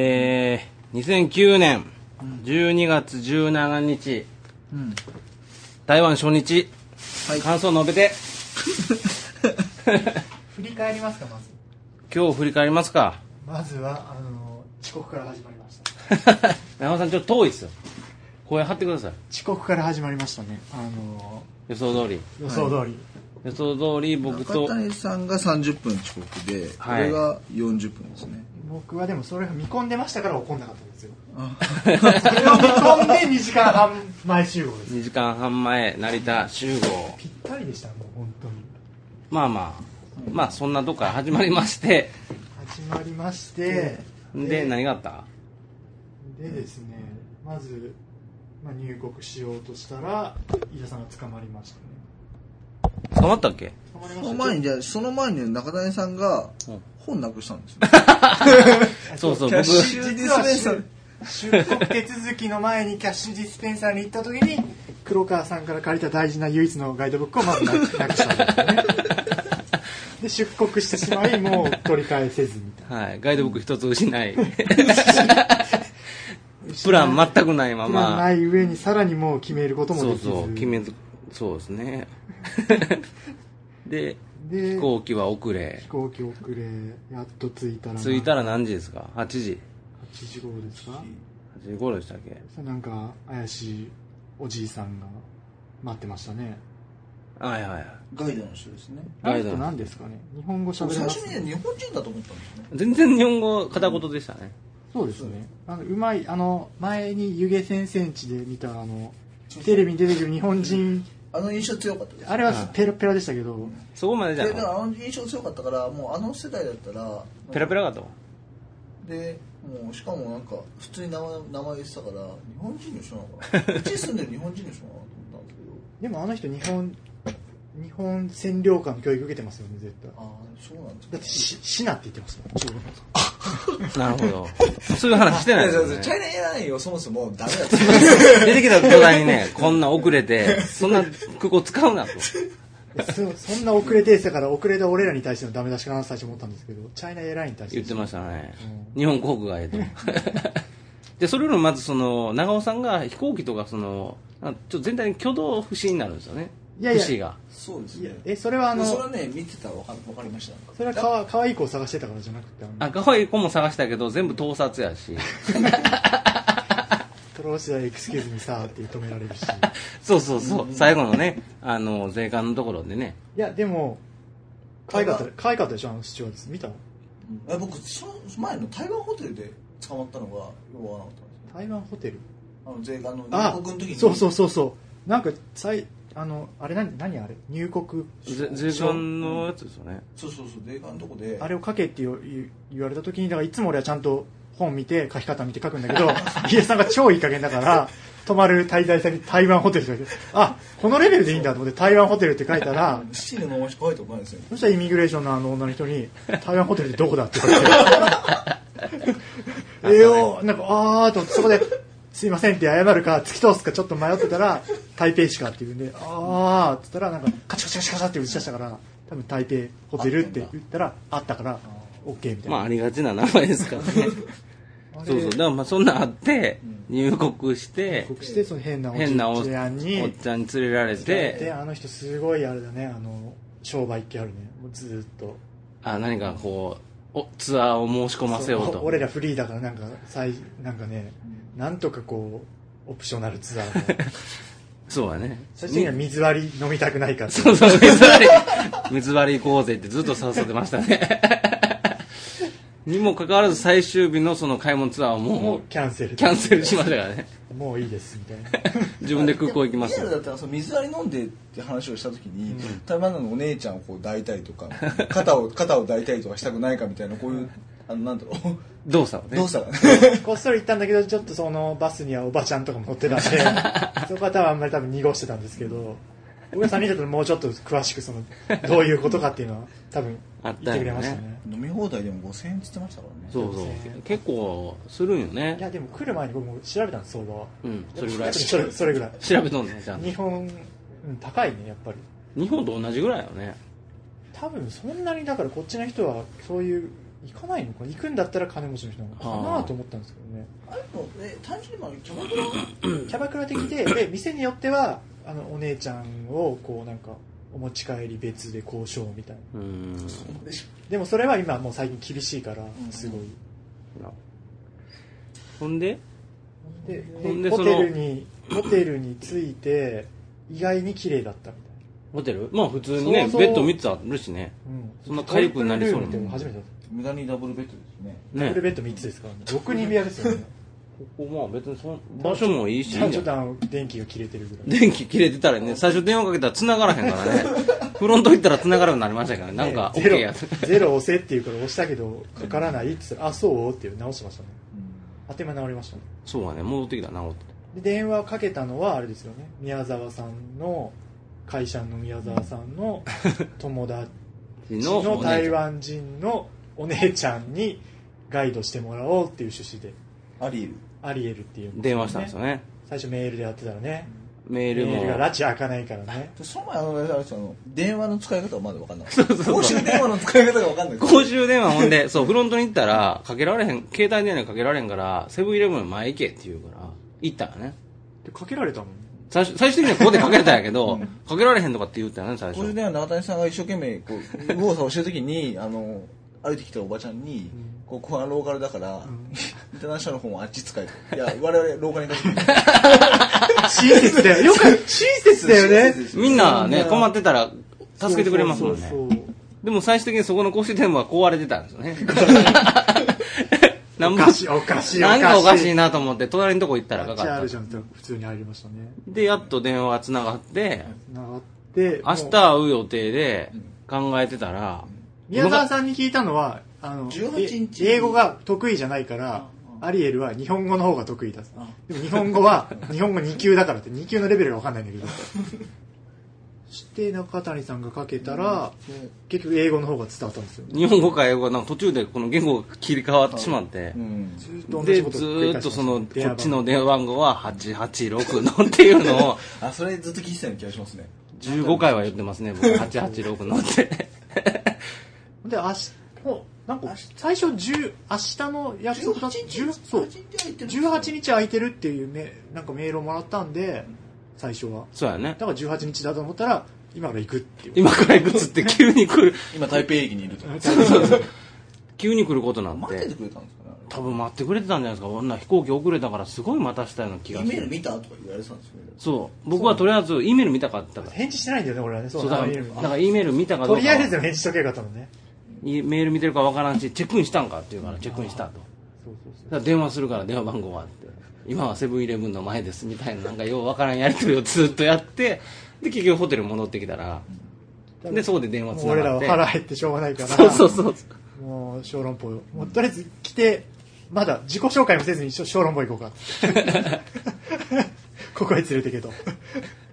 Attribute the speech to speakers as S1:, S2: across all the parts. S1: えー、2009年12月17日、
S2: うん。
S1: 台湾初日、
S2: はい
S1: 感想述べて、
S2: 振り返りますか、まず。
S1: 今日振り返ります か。
S2: まずは、あの、遅刻から始まりました。
S1: 長尾さん、ちょっと遠いっすよ。声張ってください。
S2: 遅刻から始まりましたね。あの、
S1: 予想通り。
S2: 予想通り。
S1: 予想通り、僕
S3: 中
S1: と、
S3: 谷さんが30分遅刻で、
S1: はい
S3: 俺が40分ですね
S2: 僕はでもそれを見込んでましたから怒んなかったんですよ。
S3: あ
S2: それを 見込んで2時間半前集合です。
S1: 2時間半前、成田集合。
S2: ぴったりでした、もう本当に。
S1: まあまあ、まあそんなとこから始まりまして、
S2: 始まりまして、
S1: で、何があった
S2: でですね、まず、まあ、入国しようとしたら、飯田さんが捕まりましたね。
S1: 捕まったっけ
S2: 捕まり
S3: そ
S2: ま
S3: の
S2: した
S3: 前にじゃあその前に中谷さんが
S1: うん
S3: 本なくしたんですよ
S1: そうそう、
S3: キャ
S1: 僕
S3: ッ、シュディス
S2: 実は
S3: ペンサー
S2: 出出国手続きの前にキャッシュディスペンサーに行った時に黒川さんから借りた大事な唯一のガイドブックをまずななくしたんですよねで出国してしまいもう取り返せずみたい
S1: はい、ガイドブック一つ失 い、
S2: な
S1: プラン全くないま
S2: プランな
S1: ま、
S2: い上にさらにもう決めることもで
S1: そう
S2: きず
S1: そう、決めず、そうですね。 で、
S2: で
S1: 飛行機は遅れ
S2: 飛。行機遅れやっと着いたら
S1: 着いた
S2: ら
S1: ら何時ですか ?8 時。
S2: 8時頃ですか
S1: 8時頃でしたっけ
S2: さなんか怪しいおじいさんが待ってましたね
S1: はいはいはい。
S3: ガイドの人ですね
S2: あ
S1: ガ
S2: の
S1: イド
S2: 人
S1: の人
S2: 何ですかね日本語
S3: 最
S2: 喋れま
S3: 初
S2: す
S3: にね日本人だと思ったんですね
S1: 全然日本語片言でしたね。
S2: そうですね。あのうまい、あの、前に湯気先生地で見た、あの、テレビに出てくる日本人、
S3: あの印象強かったです
S2: あれはペラペラでしたけど、
S1: そこまでじゃ
S3: でで
S1: ない。
S3: もあの印象強かったからもうあの世代だったら
S1: ペラペラかと。
S3: でもうしかもなんか普通に名前名前言ってたから日本人の人なのかなうち住んでる日本人の人なのかなと思ったんですけど
S2: でもあの人日本、日本占領下の教育受けてますよね、絶対。
S3: ああそうなんですか
S2: だってし、シナって言ってますもん、中国の
S1: なるほ ど。そういう話してないですよね。
S3: チャイナエアラインをそもそもダメだっ
S1: 出てきた途端にね、こんな遅れて、そんな空港使うなと。
S2: そそんな遅れてしたから、遅れた俺らに対してのダメ出しかな最初思ったんですけど、チャイナエアラインに対して。
S1: 言ってましたね
S2: う。
S1: 日本航空がええ と。で、それよりもまずその、長尾さんが飛行機とかその、なんかちょっと全体に挙動不審になるんですよね。
S2: いやいや
S1: 不思議が。
S3: そうです
S2: いや
S3: ね、
S2: え、それはあの、
S3: それはね見てたら分か分かりました
S2: それはかわ可愛い子を探してたからじゃなくて、あの、
S1: あ、可愛い子も探したけど、全部盗撮や し。
S2: トローシアエクスキューズにさーって止められ るし。
S1: そうそうそう。最後のね、あの、税関のところでね。
S2: いや、でも、可愛かった、可愛かったでしょ、あのスチュワーデス。見た
S3: え僕その前の台湾ホテルで捕まったのがよく分からなかったんですよ
S2: 台湾ホテル
S3: あの税関の
S2: あ
S3: 入国の時に
S2: そうそうそうそう。なんか、さい、あの、あれ何、何あれ入国。
S1: ぜ税関のやつですよね。
S3: そうそうそう税関のとこで
S2: あれを書けって言う言言われた時に、だからいつも俺はちゃんと本見て、書き方見て書くんだ けど、家さんが超いい加減だから、泊まる滞在先に台湾ホテルって書いて、あ、このレベルでいいんだと思って台湾ホテルって書いたら、
S3: 七人のまましか書いてこないですよ
S2: そしたらイミグレーションのあの女の 人に、台湾ホテルってどこだって言われて。 えよ、なんか、あーと、そこで、すいませんって謝るか、突き通すかちょっと迷ってたら、台北市かって言うんで、あーって言ったら、なんか、カチャカチャカチャカチャって打ち出したから、多分台北ホテルって言ったら、あったから、オッケーみたいな。
S1: まあ、ありがちな名前ですからね。
S2: あれ
S1: そうそう。だからまあ、そんなんあって、入国して、
S2: 帰国して、その変なおじ
S1: 変なおおっ
S2: ち
S1: ちゃ
S2: ゃ
S1: ん
S2: ん
S1: に
S2: に、
S1: 連れられ
S2: で、
S1: て、
S2: あの人すごいあれだね、あの、商売っ気あるね。もうずーっと。
S1: あ、何かこう、おツアーを申し込ませよう
S2: そ
S1: と。
S2: お俺らフリーだからなんか最なんかねなんとかこうオプショナルツアー を
S1: そうだね。
S2: 最終的には水割り飲みたくないかっ て
S1: そうそう、水割り、水割り行こうぜってずっと誘ってましたね。にもかかわらず最終日のその買い物ツアーをも
S2: も
S1: う
S2: う、キャンセル
S1: キャンセルしましたからね。
S2: もういいですみたいな
S1: 自分で空港行きま
S3: リアルだ
S1: す。
S3: ったらその水割り飲んでって話をした時に、台湾のお姉ちゃんをこう抱いたりとか肩を肩を抱いたりとかしたくないかみたいなこういうあのなんだろう
S1: 動作をね。
S3: 動作がね
S2: こっそり行ったんだけどちょっとそのバスにはおばちゃんとかも乗ってた んでそこは多分あんまり多分濁してたんですけど俺が3人だともうちょっと詳しくそのどういうことかっていうのは多分
S1: あ
S2: 言
S1: っ
S2: っ
S1: よ
S2: た
S1: ね
S2: てくれましたね
S3: 飲み放題でも5000円っつってましたからね
S1: そうそう。結構、するんよ
S2: いや
S1: ね。
S2: でも来る前に僕も調べたんです相場は
S1: うん、それぐらい。
S2: それそれぐらい
S1: 調べとんね、ちゃんと
S2: 日。本、うん、高いねやっぱり
S1: 日本と同じぐらいよね。
S2: 多分そんなにだからこっちの人はそういう行かないのか行くんだったら金持ちの人なのか
S1: あ
S2: な
S1: ー
S2: と思ったんですけどね
S3: あれもえ単純にまあキャバクラ
S2: キャバクラ的でで店によってはあのお姉ちゃんをこうなんかお持ち帰り別で交渉みたいな
S1: うん
S3: でし
S2: でもそれは今もう最近厳しいから
S3: ん
S2: すごい、
S1: なほんで
S2: で
S1: ほんで
S2: でホ
S1: その
S2: テルにホテルに着いて意外に綺麗だったみたい
S1: ホテルまあ普通にね
S2: そうそう
S1: ベッド3つあるしね
S2: な、うん、
S1: そんなかゆくなりそうな
S2: トリプルルームって初めてだった
S3: 無駄にダブルベッドですね
S2: ダ
S1: ね
S2: ブルベッド3つですからね6人部屋ですよね
S1: ここまあ別にそん場所もいいしいいん
S2: ち
S1: じ
S2: ょ
S1: ゃない
S2: っとあの電気が切れてるぐらい
S1: 電気切れてたらね最初電話かけたら繋がらへんから ねフロント行ったら繋がらなくなりましたからねなんか
S2: ねゼロ
S1: OK やつ
S2: ゼロ押せって言うから押したけどかからないって言ったら「あそう?」って直しましたねあっという間に直りましたね
S1: そうだね戻ってきたな思って
S2: で電話かけたのはあれですよね宮沢さんの会社の宮沢さ んの友達
S1: の
S2: の
S1: お姉
S2: 台
S1: ちゃん
S2: 湾人のお姉ちゃんにガイドしてもらおうっていう趣旨で
S3: うんアリエル
S2: アリエルっていう、
S1: 電話したんですよね
S2: 最初メールでやってたらね
S1: メー
S2: メ
S1: ル
S2: ールが
S1: も
S2: 拉致開かないからね
S3: でその前あのあれですよあの電話の使い方はまだ分かん ない公衆電話の使い方が分かんない
S1: 公衆電話ほんでそう フロントに行ったらかけられへん携帯電話にかけられへんからセブンイレブンの前行けって言うから行ったらね
S2: でかけられたもん
S1: 最初最終的にはここでかけたんやけ ど、かけられへんとかって言ったよね最
S3: 公衆
S1: 初
S3: 電話の中谷さんが一生懸命こう右往左往してる時にあの歩いてきたおばちゃんに「ここはローカルだから、インターナショナルの方はあっち使え」と「いや我々ローカルに行かせて
S2: 親切だよ よく親切だよね
S3: 親切です
S1: みんなね困ってたら助けてくれますもんね
S2: そうそうそう
S1: でも最終的にそこの公衆電話は壊れてたんです よね なん
S2: お
S1: ぼ
S2: かしいおかしいおかしい
S1: なんかおかしいなと思って隣のとこ行ったらか
S2: じゃあ
S1: か
S2: あ
S1: っ
S2: るじ
S1: た
S2: ゃんと普通に入りましたね
S1: でやっと電話がつながって
S2: 繋がって
S1: 明日
S2: もう
S1: 会う予定で考えてたら
S2: 宮沢さんに聞いたのはあの
S3: 18日
S2: え英語が得意じゃないからアリエルは日本語の方が得意だでも日本語は 日本語2級だからって2級のレベルが分かんないんだけどそして中谷さんがかけたら結局英語の方が伝わったんですよ
S1: 日本語か英語かなんか途中でこの言語が切り替わってしまって」
S3: うん
S2: ずーっと同
S1: で
S2: じ
S1: ず
S2: ことを繰
S1: ー
S2: り
S1: っ
S2: 返し
S1: と
S2: ました
S1: そのこ
S2: 電話
S1: っちの
S2: 番
S1: 電話番号は886のっていうのを
S3: あそれずっと聞いてたような気がしますね
S1: 15回は言ってますね僕886のって
S2: 号で明日もうなんか最初10明日の約束だ10そう18日空いてるっていうめなんかメールをもらったんで最初は
S1: そうやね
S2: だから18日だと思ったら今から行くっていう
S1: 今から行くっつって急に来る
S3: 今台北駅にいると
S1: 急に来ることなん
S3: 待ってて
S1: て
S3: くれたんですかねあ
S1: 多分待ってくれてたんじゃないですか女飛行機遅れたからすごい待たしたような気
S3: れ
S1: が
S3: イ
S1: し
S3: メール
S1: て
S3: 見たとか言われてたんですよね
S1: そう僕はとりあえず E メール見たかったから
S2: 返事してないんだよね俺はねそ
S1: そうだからだから E メール見たかど
S2: と
S1: うか
S2: りあえずでも返事しとけばよかったのね
S1: E メール見てるかわからんしチェックインしたんかって言うからチェックインしたと
S2: そうそう
S1: だから電話するから電話番号はって今はセブンイレブンの前ですみたいななんかようわからんやり取りをずっとやってで結局ホテル戻ってきたら
S2: そう
S1: でそこで電話つ
S2: もう
S1: な
S2: 俺ら
S1: がっ
S2: は
S1: て
S2: 腹減ってしょうがないから
S1: そうそうそう
S2: もう小籠包もうとりあえず来てまだ自己紹介もせずに小小籠包行こう かここへ連れてけと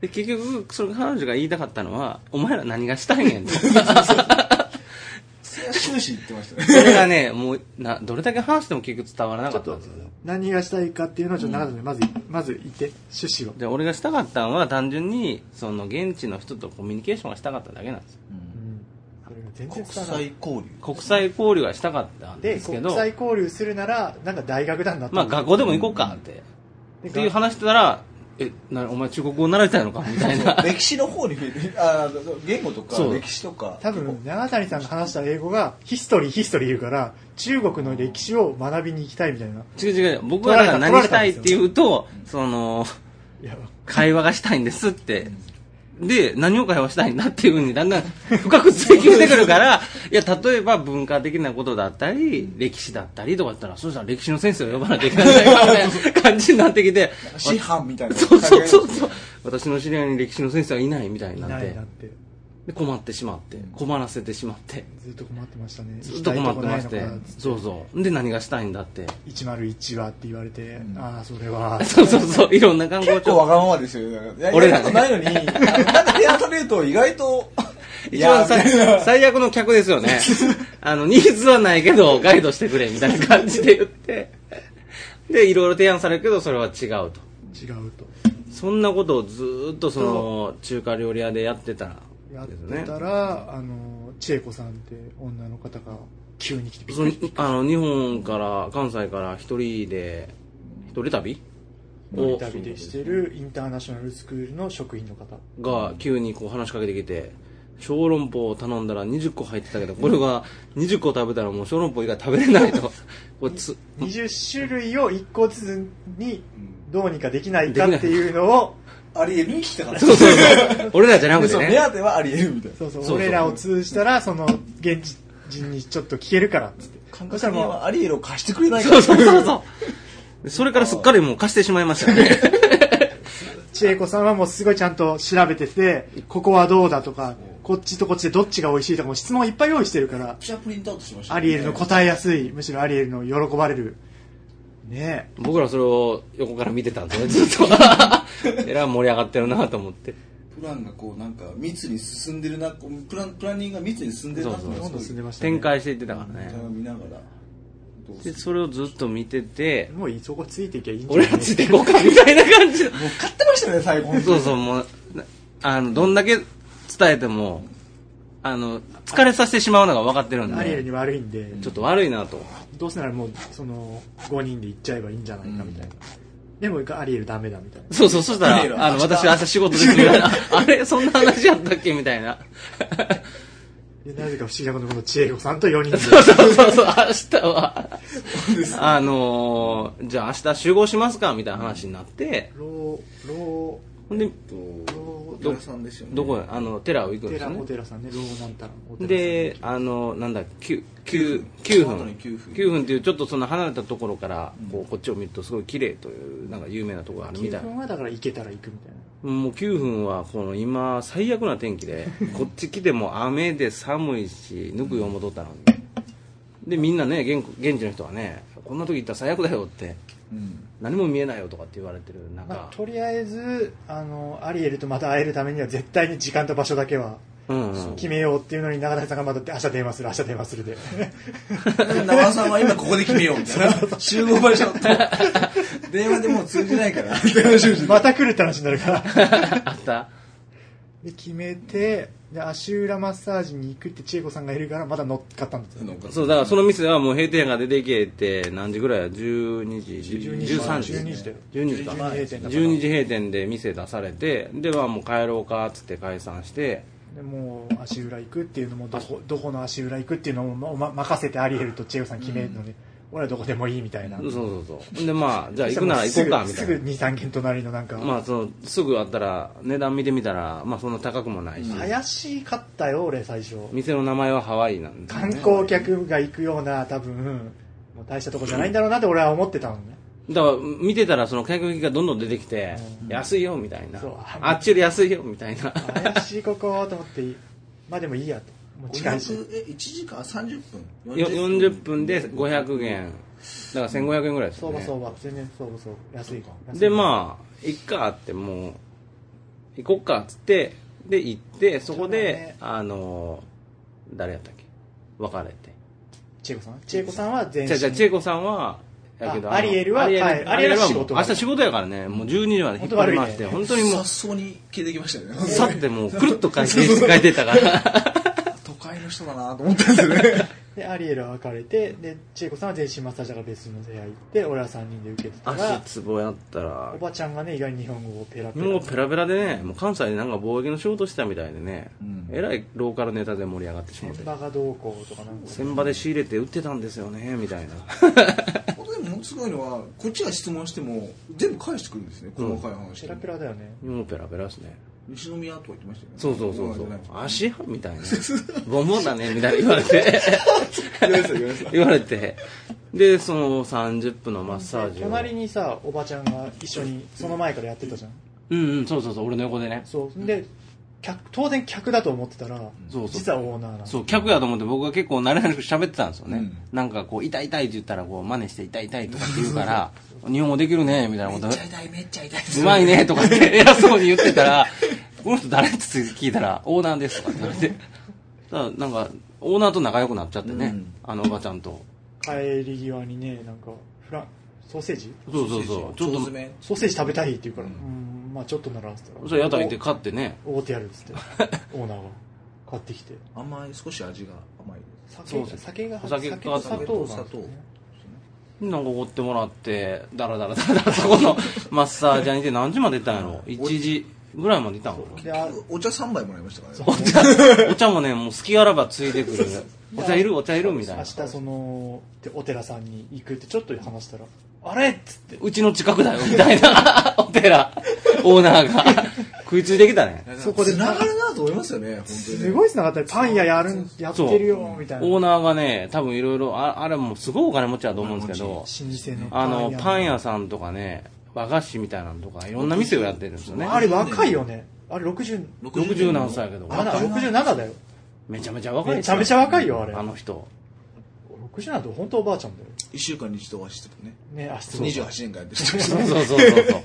S1: で結局その彼女が言いたかったのはお前ら何がしたいねん と
S3: それは終始言ってましたね
S1: それがねもうなどれだけ話しても結局伝わらなかったんですよ
S2: 何がしたいかっていうのをちょっと長野でまず、まず言って趣旨を
S1: で俺がしたかったのは単純にその現地の人とコミュニケーションがしたかっただけなんですよ
S2: うんそれが全
S3: 国
S2: 然伝わらない
S3: 際交流
S1: 国際交流がしたかったんで
S2: です
S1: け
S2: 国
S1: ど
S2: 際交流するならなんか大学なんだ
S1: まあ学校でも行こうかって、
S2: で
S1: っていう話してたらえなお前中国語習いたいのかみたいな
S3: 歴史の方にあー言語とか
S1: そう
S3: 歴史とか
S2: 多分長谷さんが話した英語がヒストリーヒストリー言うから中国の歴史を学びに行きたいみたいな
S1: 違う 違う僕はだから
S2: 取ら
S1: 何
S2: れ
S1: したたいっていうとその
S2: いや
S1: 会話がしたいんですって。で、何を会話したいんだっていうふうにだんだ ん深く追求してくるから、いや、例えば文化的なことだったり、歴史だったりとかだったら、そうしたら歴史の先生を呼ばなきゃいけないみたいな感じになってきて、
S3: 師範みたいな
S1: そうそうそうそう、私の知り合いに歴史の先生はいないみたいに
S2: い
S1: なっ
S2: な
S1: て
S2: いな、って
S1: で困ってしまって、困らせてしまって、
S2: ずっと困ってましたね
S1: ずっと困ってまし
S2: 行きた
S1: て
S2: いとこないのか、
S1: そうそう。で、何がしたいんだって。
S2: 101はって言われて、ああそれは
S1: そうそうそう、いろんな観光
S3: 結構
S1: 庁。
S3: わがままですよ。だから
S1: 俺
S3: 俺
S1: ら
S3: ら、
S1: ね
S3: やりたことないのに、なんか部屋取れると意外と、
S1: 一番
S3: いや
S1: 最最悪の客ですよね。あの、ニーズはないけど、ガイドしてくれ、みたいな感じで言って。で、いろいろ提案されるけど、それは違うと。
S2: 違うと
S1: そんなことをずーっと、その、中華料理屋でやってたら、
S2: やっ
S1: です
S2: て
S1: ね
S2: た。ら、あの千恵子さんって女の方が急に来てびっ
S1: そ
S2: く
S1: の
S2: り
S1: あの日本から関西から一人で一人旅
S2: 一人旅でしてるインターナショナルスクールの職員の方
S1: が急にこう話しかけてきて小籠包を頼んだら20個入ってたけどこれが20個食べたらもう小籠包以外食べれないとこうつ
S2: 20種類を1個ずつにどうにかできないかっていうのを
S3: ありえるに聞きたかった。
S1: そうそうそう 俺らじゃなく
S3: で
S1: て
S3: そう目
S1: ね
S3: 当てはありえるみたいな。
S2: そうそ
S1: そ
S2: う
S1: うそう
S2: 俺らを通じたらその現地人にちょっと聞けるからっつって
S3: 感
S2: そ
S3: 覚
S2: したら
S3: 的に
S2: も
S3: はアリエルを貸してくれないか
S1: そう
S3: ら。
S1: そうそうそうでそれからすっかりもう貸してしまいましたよね
S2: う千恵子さんはもうすごいちゃんと調べててここはどうだとかこっちとこっちでどっちが美味しいとかも質問いっぱい用意してるから
S3: ピチャプリントアウトしましたね。
S2: アリエルの答えやすいむしろアリエルの喜ばれるね
S1: 僕らそれを横から見てたんですよねず っとえらい盛り上がってるなと思って
S3: プランがこうなんか密に進んでるな、こうプランプランニングが密に進んでるなって
S1: そうそう
S2: どんどん進んでましたね
S1: 展開していってたからね
S3: 見ながら。どうす
S1: で
S3: る
S1: それをずっと見てて
S2: もういいそこついていけばいいんじゃな
S1: 俺
S2: い
S1: らついていこうかみたいな感じの
S3: もう買ってましたね、最後。
S1: そうそう、もう、なあの、どんだけ伝えても、あの、疲れさせてしまうのが分かってるん
S2: アリエル
S1: で、
S2: に悪いんで、
S1: ちょっと悪いなと。
S2: どうせならもうその5人で行っちゃえばいいんじゃないかみたいな、でもアリエルダメだみたいな
S1: そうそう、そした
S3: いい
S1: ら、
S3: よ
S1: あの、私明日仕事ですみたいな。あれそんな話やったっけみたいな。
S2: でなぜか不思議なことにこの千恵子さんと4人で
S1: そうそうそうそう、明日は、あのー、じゃあ明日集合しますかみたいな話になって、
S2: ローロ
S1: ほんで、
S2: ーロ
S3: どさんですよね。
S1: どこへあの、寺を行く
S2: ー
S1: んで
S2: テ
S1: すよ
S2: ラ
S1: ね
S2: お。寺さんねローなんたらお寺さん
S1: で、あの、なんだ、9、九九
S3: その後
S1: 分
S3: に。九分
S1: 九分っていう、ちょっとその離れたところから、こう、こっちを見るとすごい綺麗という、なんか有名なところがあるみた
S2: 9
S1: いな。
S2: 分はだから行けたら行くみたいな
S1: もう9分は、この今、最悪な天気 で、こっち来ても雨で寒いし、ぬくようもとったのに。で、みんなね、現現地の人はね、こんな時行ったら最悪だよって、
S3: うん。
S1: 何も見えないよとかって言われてる
S2: ま
S1: 中
S2: あ、とりあえずあのアリエルとまた会えるためには絶対に時間と場所だけは
S1: うん、うん。
S2: 決めようって いうのに中田さんがまた明日電話する明日電話す るで
S3: 長尾さんは今ここで決めようみたいな。 集合場所と。電話でもう通じないから。電話収集
S2: また来るって話になるから
S1: あった
S2: で決めてで足裏マッサージに行くって千恵子さんがいるからまだ乗っかったんですよ
S1: そう、だからその店はもう閉店が出ていけって、何時ぐらいや ?12 時、
S2: 12
S1: 13時。
S2: 12時だよ
S1: 12時か。
S2: 12閉店だから
S1: 12時閉店で店出されて、ではもう帰ろうかっつって解散して、
S2: でもう足裏行くっていうのもどこどこの足裏行くっていうのも、ま、任せてアリエルと千恵子さん決めるのに、俺はどこでもいいみたいな、
S1: そうそうそう。で、まあ、じゃあ行くなら行こうか、みた
S2: す
S1: い
S2: ぐ
S1: な。
S2: 23軒隣のなんか、
S1: まあ、その、すぐあったら、値段見てみたら、まあそんな高くもないし、
S2: 怪しかったよ俺最初
S1: 店の名前はハワイなんで。
S2: 観光客が行くような多分もう大したとこじゃないんだろうなって俺は思ってたのね
S1: だから、見てたらその客がどんどん出てきて、安いよ、みたいな
S2: そう。
S1: あっちより安いよ、みたいな。
S2: 怪しいここと思ってまあでもいいやともう近いし
S3: え、1時間30分
S1: よ40分で500円。だから1500円ぐらいです
S2: そ
S1: よ
S2: うば
S1: ね。
S2: そうば全然そうばそう安い安い
S1: でまあ行っかってもう行こっかっつってで行ってそこで、
S2: そうだね
S1: あのー誰やったっけ別れて
S2: 千恵子さん千恵子さんは全
S1: じゃ
S2: 身
S1: じゃあ千恵子さんはやけど
S2: あアリエルは
S1: アリエルア
S2: 帰る
S1: リエルは
S2: アリエルは仕
S1: もう
S2: 事
S1: 明日仕事やからねもう12時まで引っ張りまして本
S3: 本
S1: 当
S3: 当
S1: に
S3: に
S1: も
S3: も
S1: う
S3: う。早々に消えてきましたよね。
S1: さってもうくるっと回転して帰ってったから
S3: 都会の人だなと思ったんですよね。
S2: でアリエルは別れてで千恵子さんは全身マッサージだから別の部屋行って俺は3人で受けてたら
S1: 足つぼやったら
S2: おばちゃんがね意外に日本語をペラペラ
S1: もうペラペラでねもう関西でなんか貿易の仕事してたみたいでね、
S3: うん
S1: えらいローカルネタで盛り上がってしまって
S2: 現場がどうこうとかなんか
S1: 船場で仕入れて売ってたんですよねみたいな
S3: 本当にものすごいのは、こっちが質問しても、全部返してくるんですね、細かい話。
S2: ペラペラだよね
S1: もうペラペラですね
S3: 西宮とか言ってましたよね。
S1: そうそうそうそう
S3: あ、
S1: 足はみ たいなボンボンだねみたいな言われて
S3: 言われてた言われてた
S1: 言われてでその30分のマッサージを
S2: 隣にさおばちゃんが一緒にその前からやってたじゃん
S1: うんうんそうそうそう俺の横でね
S2: そうで客当然客だと思ってたら
S1: そうそう
S2: 実はオーナーなの
S1: そう客やと思って僕が結構慣れなく喋ってたんですよね、
S3: うん
S1: なんかこう痛い痛いって言ったらこう真似して痛い痛いとかって言うから日本語できるねみたいなこと
S3: めっちゃ痛い、めっちゃ痛い。
S1: うまいねとか って偉そうに言ってたら、この人誰って聞いたら、オーナーですとかって言われて、だからなんか、オーナーと仲良くなっちゃってね、
S3: うん
S1: あのおばちゃんと。
S2: 帰り際にねなんかフランソーセージ
S1: そうそうそう、ち
S3: ち
S1: ょ
S3: ょ
S1: っと、
S3: っと。詰め
S2: ソーセージ食べたいって言うから、うん、まあちょっとならつったら
S1: それ屋台で買ってね、
S2: おごってやるっつってオーナーが買ってきて
S3: 甘い、少し味が甘い。
S1: そう
S2: 酒
S1: です
S2: 酒が
S1: お酒が
S2: 酒と砂糖なんですね
S3: 砂糖
S1: なんかおごってもらって、だらだらだらだら、そこ のマッサージャーにいて何時までいたんやろ ?1 時ぐらいまでいたんかな
S2: であ
S3: お茶3杯もらいましたからね
S1: お茶、お茶もね、もう好きあらばついてく る。お茶いるお茶いるみたい
S2: 明
S1: な。
S2: 日そのでお寺さんに行くってちょっと話したら「あれ?」っつって
S1: うちの近くだよ、みたいな。 お寺、オーナーが。 食いついてきたね。
S3: そこで繋がるなと思いますよね本当に
S2: すごいつながったねパン屋やるんやってるよみたいな
S1: オー
S2: 老舗
S1: ナーがね、多分いろいろ、ああれもすごいお金持ちだと思うんですけど、
S2: の
S1: あの、パン
S2: 屋
S1: 屋さんとかね、和菓子みたいなのとか、いろんな店をやってるんですよね。
S2: あれ若いよねあれ60
S1: 60何歳やけど
S2: あら67だよ
S1: めちゃめちゃ若いです
S2: めちゃめちゃ若いよあれ
S1: あの人。
S2: 60なんて本当おばあちゃんだよ
S3: 1週間に一度お会いしてもね
S2: ねあそう
S3: 28年間やって る
S1: そうそうそうそうそう。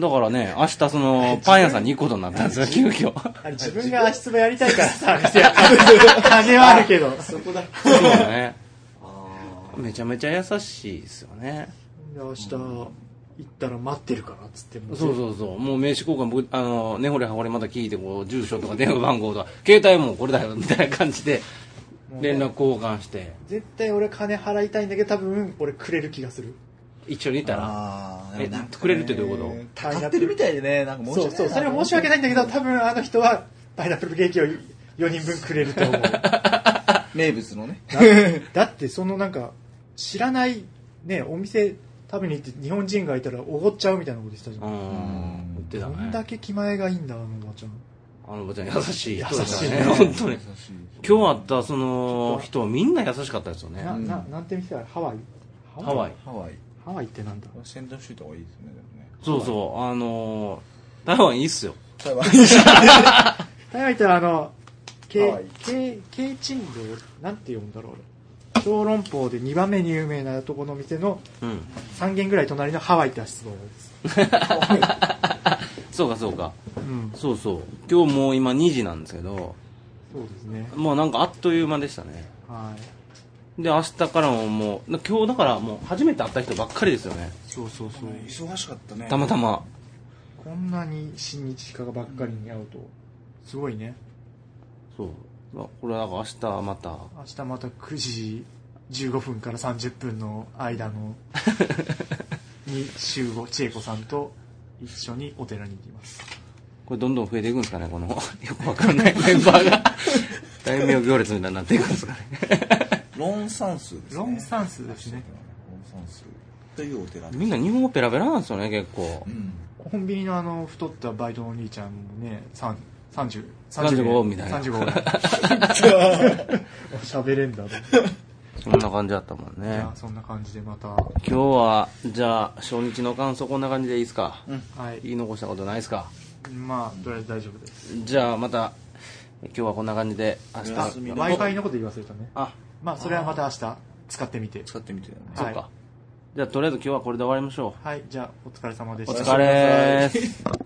S1: だからね、明日その、パン屋さんに行くことになったんですよ、急 遽。
S2: あれ自分が足つぼやりたいからさ店やってる金はあるけど
S3: そこだ
S1: そうね。
S3: あ
S1: めちゃめちゃ優しいですよね。
S2: で明日行ったら待ってるからっつっても
S1: そうそうそう。もう名刺交換、僕、あの、根掘り葉掘りまた聞いて、こう、住所とか電話番号とか、携帯もこれだよ、みたいな感じで、
S2: もうね
S1: 連絡交換して、
S2: 絶対俺金払いたいんだけど多分俺くれる気がする
S1: 一緒にいたら、
S3: あ
S1: えくれるってどういうこと
S3: たかってるみたいでねなんか
S2: そうそうそれは申し訳ないんだけど多分あの人はパイナップルケーキを4人分くれると思うだ
S3: 名物のね
S2: だってそのなんか知らないねお店食べに行って日本人がいたらおごっちゃうみたいなこと言ってたじゃ、
S1: うんん、言ってた
S2: どんだ
S1: ね。
S2: け気前がいいんだあのおばちゃん
S1: あのおばちゃん優しい人だ
S2: 優しい
S1: ね
S2: ね。
S1: 本当に
S3: 優。しい
S1: 今日会ったその人はみんな優しかったですよね。
S2: な,、
S3: うん
S2: ななんて店あるハワイ
S1: ハワイ。
S3: ハワイ
S2: ハワイってなんだ
S3: 宣伝しといた方がいいですね
S1: そうそう、あのー、台湾いいっすよ。
S3: でもねハワイ
S2: 台湾行ったらあの
S3: ハワ
S2: け
S3: イ
S2: けけいちんどうなんて読むんだろう俺小籠包で2番目に有名なとこの店の
S1: うん。
S2: 3軒ぐらい隣のハワイって足つぼです、
S1: そうかそうか。
S2: うん、
S1: そうそう。今日もう今2時なんですけど、
S2: そうですね
S1: もうなんかあっという間でしたね。
S2: はい
S1: で、明日からももう、な今日だからもう初めて会った人ばっかりですよね。
S2: そうそうそう
S3: 忙しかったね
S1: たまたま。
S2: こんなに親日家ばっかりに会うとすごいね
S1: そう。これはなんか明日また、
S2: 明日また9時15分から30分の間の に集合千恵子さんと一緒にお寺に行きます
S1: これどんどん増えていくんですかね、この、 よくわかんないメンバーが。大名行列みたいになっていくんですかね。
S3: ロンサンスですね
S2: ロンサンスですね
S3: ロンサンスというお寺です
S1: みんな日本語ペラペラなんですよね、結構
S3: う。ん
S2: コンビニのあの太ったバイトのお兄ちゃんもね3 30
S1: 35みたいな
S2: 35ぐらい喋れんだと思って
S1: そんな感じだったもん
S2: じ
S1: ね
S2: ゃあ。そんな感じでまた
S1: 今日は、じゃあ、初日の感想こんな感じでいいですか、
S2: はい
S1: 言い残したことないですか
S2: まあとりあえず大丈夫です
S1: じゃあまた今日はこんな感じで明日
S3: おやすみな
S2: w i f i のこと言わせるとね
S1: あ
S2: まあそれはまた明日使ってみて
S3: 使ってみて
S1: そっか、
S2: は
S1: じゃあとりあえず今日はこれで終わりましょ
S2: はいじゃあお疲れ様で
S1: う
S2: し
S1: お
S2: た
S1: 疲れーす